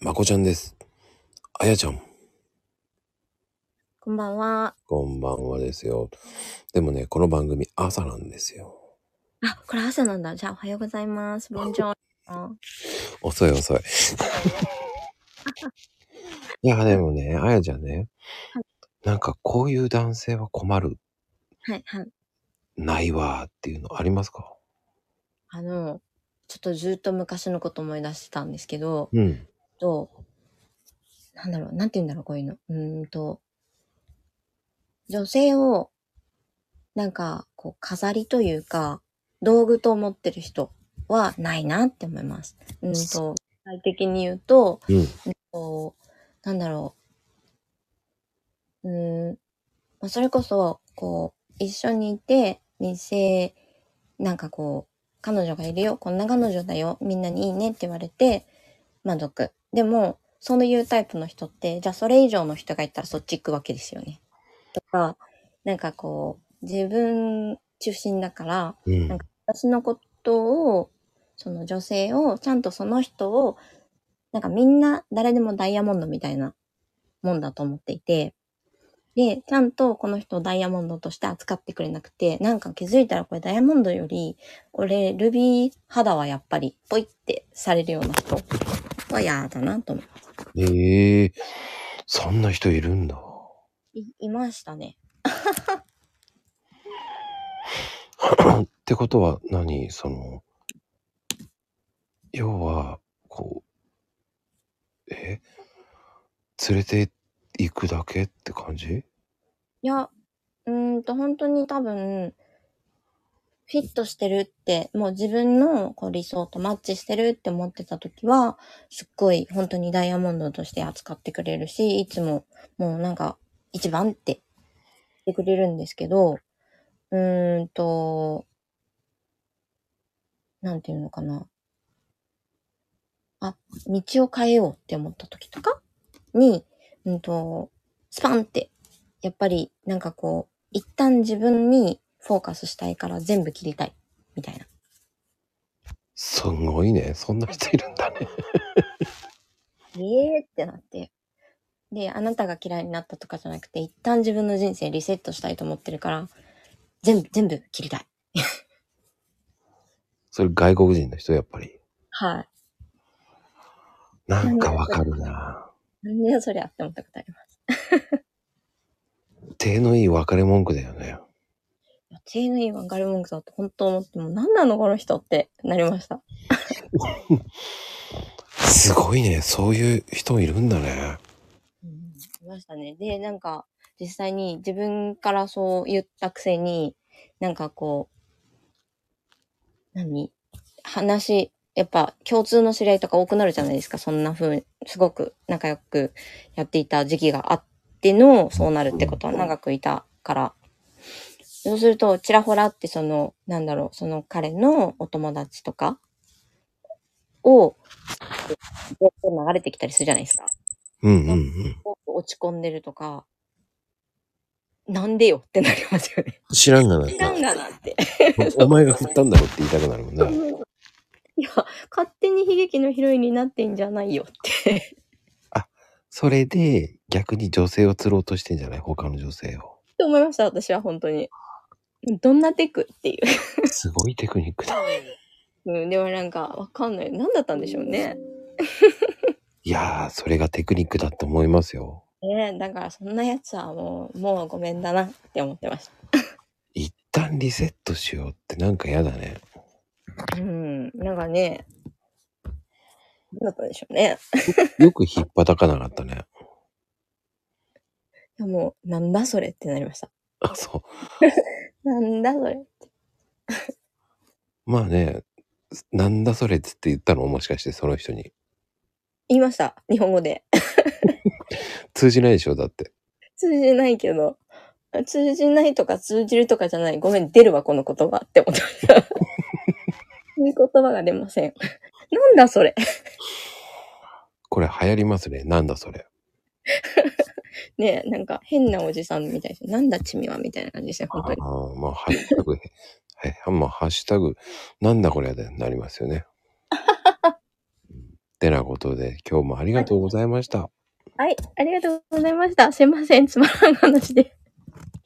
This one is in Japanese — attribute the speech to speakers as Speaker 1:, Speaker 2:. Speaker 1: まこちゃんです。あやちゃん、
Speaker 2: こんばんは。
Speaker 1: こんばんはですよ。でもね、この番組朝なんですよ。
Speaker 2: あ、これ朝なんだ。じゃあ、おはようございます。ボンジョン。
Speaker 1: 遅い 遅い。いや、でもね、あやちゃんね、なんかこういう男性は困る、
Speaker 2: はいはい。
Speaker 1: ないわーっていうのありますか
Speaker 2: あの、ちょっとずっと昔のこと思い出してたんですけど、
Speaker 1: うん。
Speaker 2: と、なんだろう、なんて言うんだろう、こういうの。うーんと、女性を、なんか、こう、飾りというか、道具と思ってる人はないなって思います。うーんと、具体的に言うと、
Speaker 1: うん。
Speaker 2: こう、なんだろう。うーん、まあ、それこそ、こう、一緒にいて、店、なんかこう、彼女がいるよ、こんな彼女だよ、みんなにいいねって言われて、満足。でも、そういうタイプの人って、じゃあそれ以上の人がいたらそっち行くわけですよね。とか、なんかこう、自分中心だから、
Speaker 1: うん
Speaker 2: なん。か私のことを、その女性を、ちゃんとその人を、なんかみんな誰でもダイヤモンドみたいなもんだと思っていて、で、ちゃんとこの人をダイヤモンドとして扱ってくれなくて、なんか気づいたらこれダイヤモンドより、俺、ルビー肌はやっぱり、ポイってされるような人は嫌だなと思って
Speaker 1: ええー、そんな人いるんだ。
Speaker 2: いいましたね。
Speaker 1: ってことは何その要はこうえ連れて行くだけって感じ
Speaker 2: いや、うーんと、本当に多分、フィットしてるって、もう自分のこう理想とマッチしてるって思ってた時は、すっごい本当にダイヤモンドとして扱ってくれるし、いつももうなんか一番って言ってくれるんですけど、うーんと、なんていうのかな。あ、道を変えようって思った時とかに、うんと、スパンってやっぱりなんかこう、一旦自分にフォーカスしたいから全部切りたい、みたいな。
Speaker 1: すごいねそんな人いるんだね
Speaker 2: ええってなって。で、あなたが嫌いになったとかじゃなくて、一旦自分の人生リセットしたいと思ってるから、全部、全部切りたい。
Speaker 1: それ外国人の人やっぱり
Speaker 2: はい。
Speaker 1: なんかわかるな
Speaker 2: なんじゃそりゃって思ったことあります。
Speaker 1: 手のいい別れ文句だよね
Speaker 2: いやチームインワンガルモンクだと本当思っても、何なのこの人ってなりました。
Speaker 1: すごいねそういう人いるんだね
Speaker 2: うんいましたね。で、なんか、実際に自分からそう言ったくせに、なんかこう、何話、やっぱ共通の知り合いとか多くなるじゃないですか。そんな風に、すごく仲良くやっていた時期があっての、そうなるってことは長くいたから。そうすると、ちらほらってその、なんだろう、その彼のお友達とかを、こう流れてきたりするじゃないですか。
Speaker 1: うんうんうん
Speaker 2: 落ち込んでるとか、なんでよってなります よね。
Speaker 1: 知らんがな
Speaker 2: 知らんがなって。
Speaker 1: お前が振ったんだろって言いたくなるもんね
Speaker 2: いや、勝手に悲劇のヒロインになってんじゃないよって。
Speaker 1: それで逆に女性を釣ろうとしてんじゃない他の女性を
Speaker 2: と思いました、私は本当に。どんなテクっていう。
Speaker 1: すごいテクニックだ
Speaker 2: うん、でもなんか、わかんない。何だったんでしょうね。
Speaker 1: いやー、それがテクニックだと思いますよ。
Speaker 2: ねえだからそんなやつはもう、もうごめんだなって思ってまし
Speaker 1: 一旦リセットしようってなんか嫌だね。
Speaker 2: た。うん、なんかね、何だったんでしょうね。
Speaker 1: よく引っ叩かなかったね。
Speaker 2: でも、なんだそれってなりました。
Speaker 1: あ、そ
Speaker 2: なんだそれ。
Speaker 1: う。まあね、なんだそれっつって言ったのもしかしてその人に。
Speaker 2: 言いました。日本語で。
Speaker 1: 通じないでしょだって。
Speaker 2: 通じないけど、通じないとか通じるとかじゃない。ごめん、出るわ、この言葉って思ってました。いい言葉が出ません。なんだそれ。
Speaker 1: これ流行りますね。なんだそれ。
Speaker 2: ねえ、なんか変なおじさんみたいな。なんだチミはみたいな感じですね、
Speaker 1: あ
Speaker 2: 本当に。
Speaker 1: あ、まあ、ハッシュ タグ、はい、まあ、ハッシュタグ、なんだこれだよなりますよね。てなことで、今日もありがとうございました。
Speaker 2: はい、ありがとうございました。すいません、つまらん話で。